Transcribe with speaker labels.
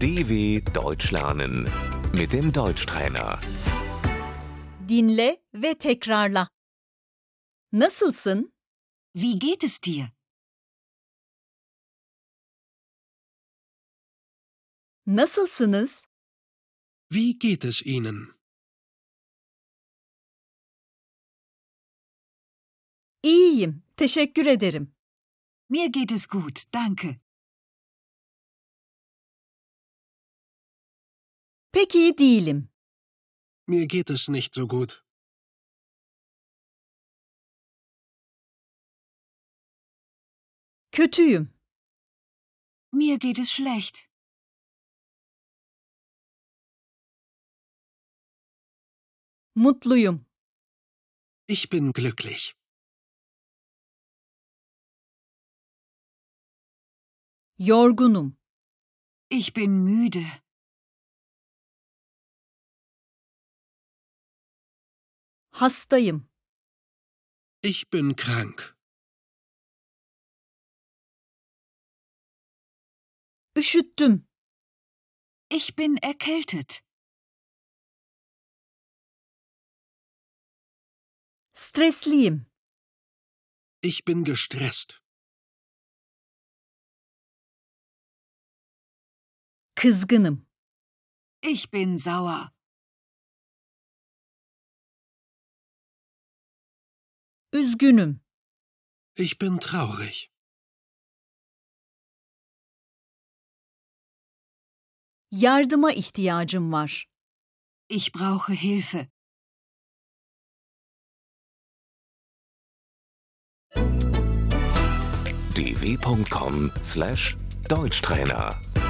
Speaker 1: DW Deutsch lernen mit dem Deutschtrainer.
Speaker 2: Dinle ve tekrarla. Nasılsın?
Speaker 3: Wie geht es dir?
Speaker 2: Nasılsınız?
Speaker 4: Wie geht es Ihnen?
Speaker 2: İyiyim. Teşekkür ederim.
Speaker 3: Mir geht es gut, danke.
Speaker 2: Pek iyi değilim.
Speaker 4: Mir geht es nicht so gut.
Speaker 2: Kötüyüm.
Speaker 3: Mir geht es schlecht.
Speaker 2: Mutluyum.
Speaker 4: Ich bin glücklich.
Speaker 2: Yorgunum.
Speaker 3: Ich bin müde.
Speaker 2: Hastayım.
Speaker 4: Ich bin krank.
Speaker 2: Üşüttüm.
Speaker 3: Ich bin erkältet.
Speaker 2: Stresliyim.
Speaker 4: Ich bin gestresst.
Speaker 2: Kızgınım.
Speaker 3: Ich bin sauer.
Speaker 2: Üzgünüm.
Speaker 4: Ich bin traurig.
Speaker 2: Yardıma ihtiyacım var.
Speaker 3: Ich brauche Hilfe.
Speaker 1: dw.com/deutschtrainer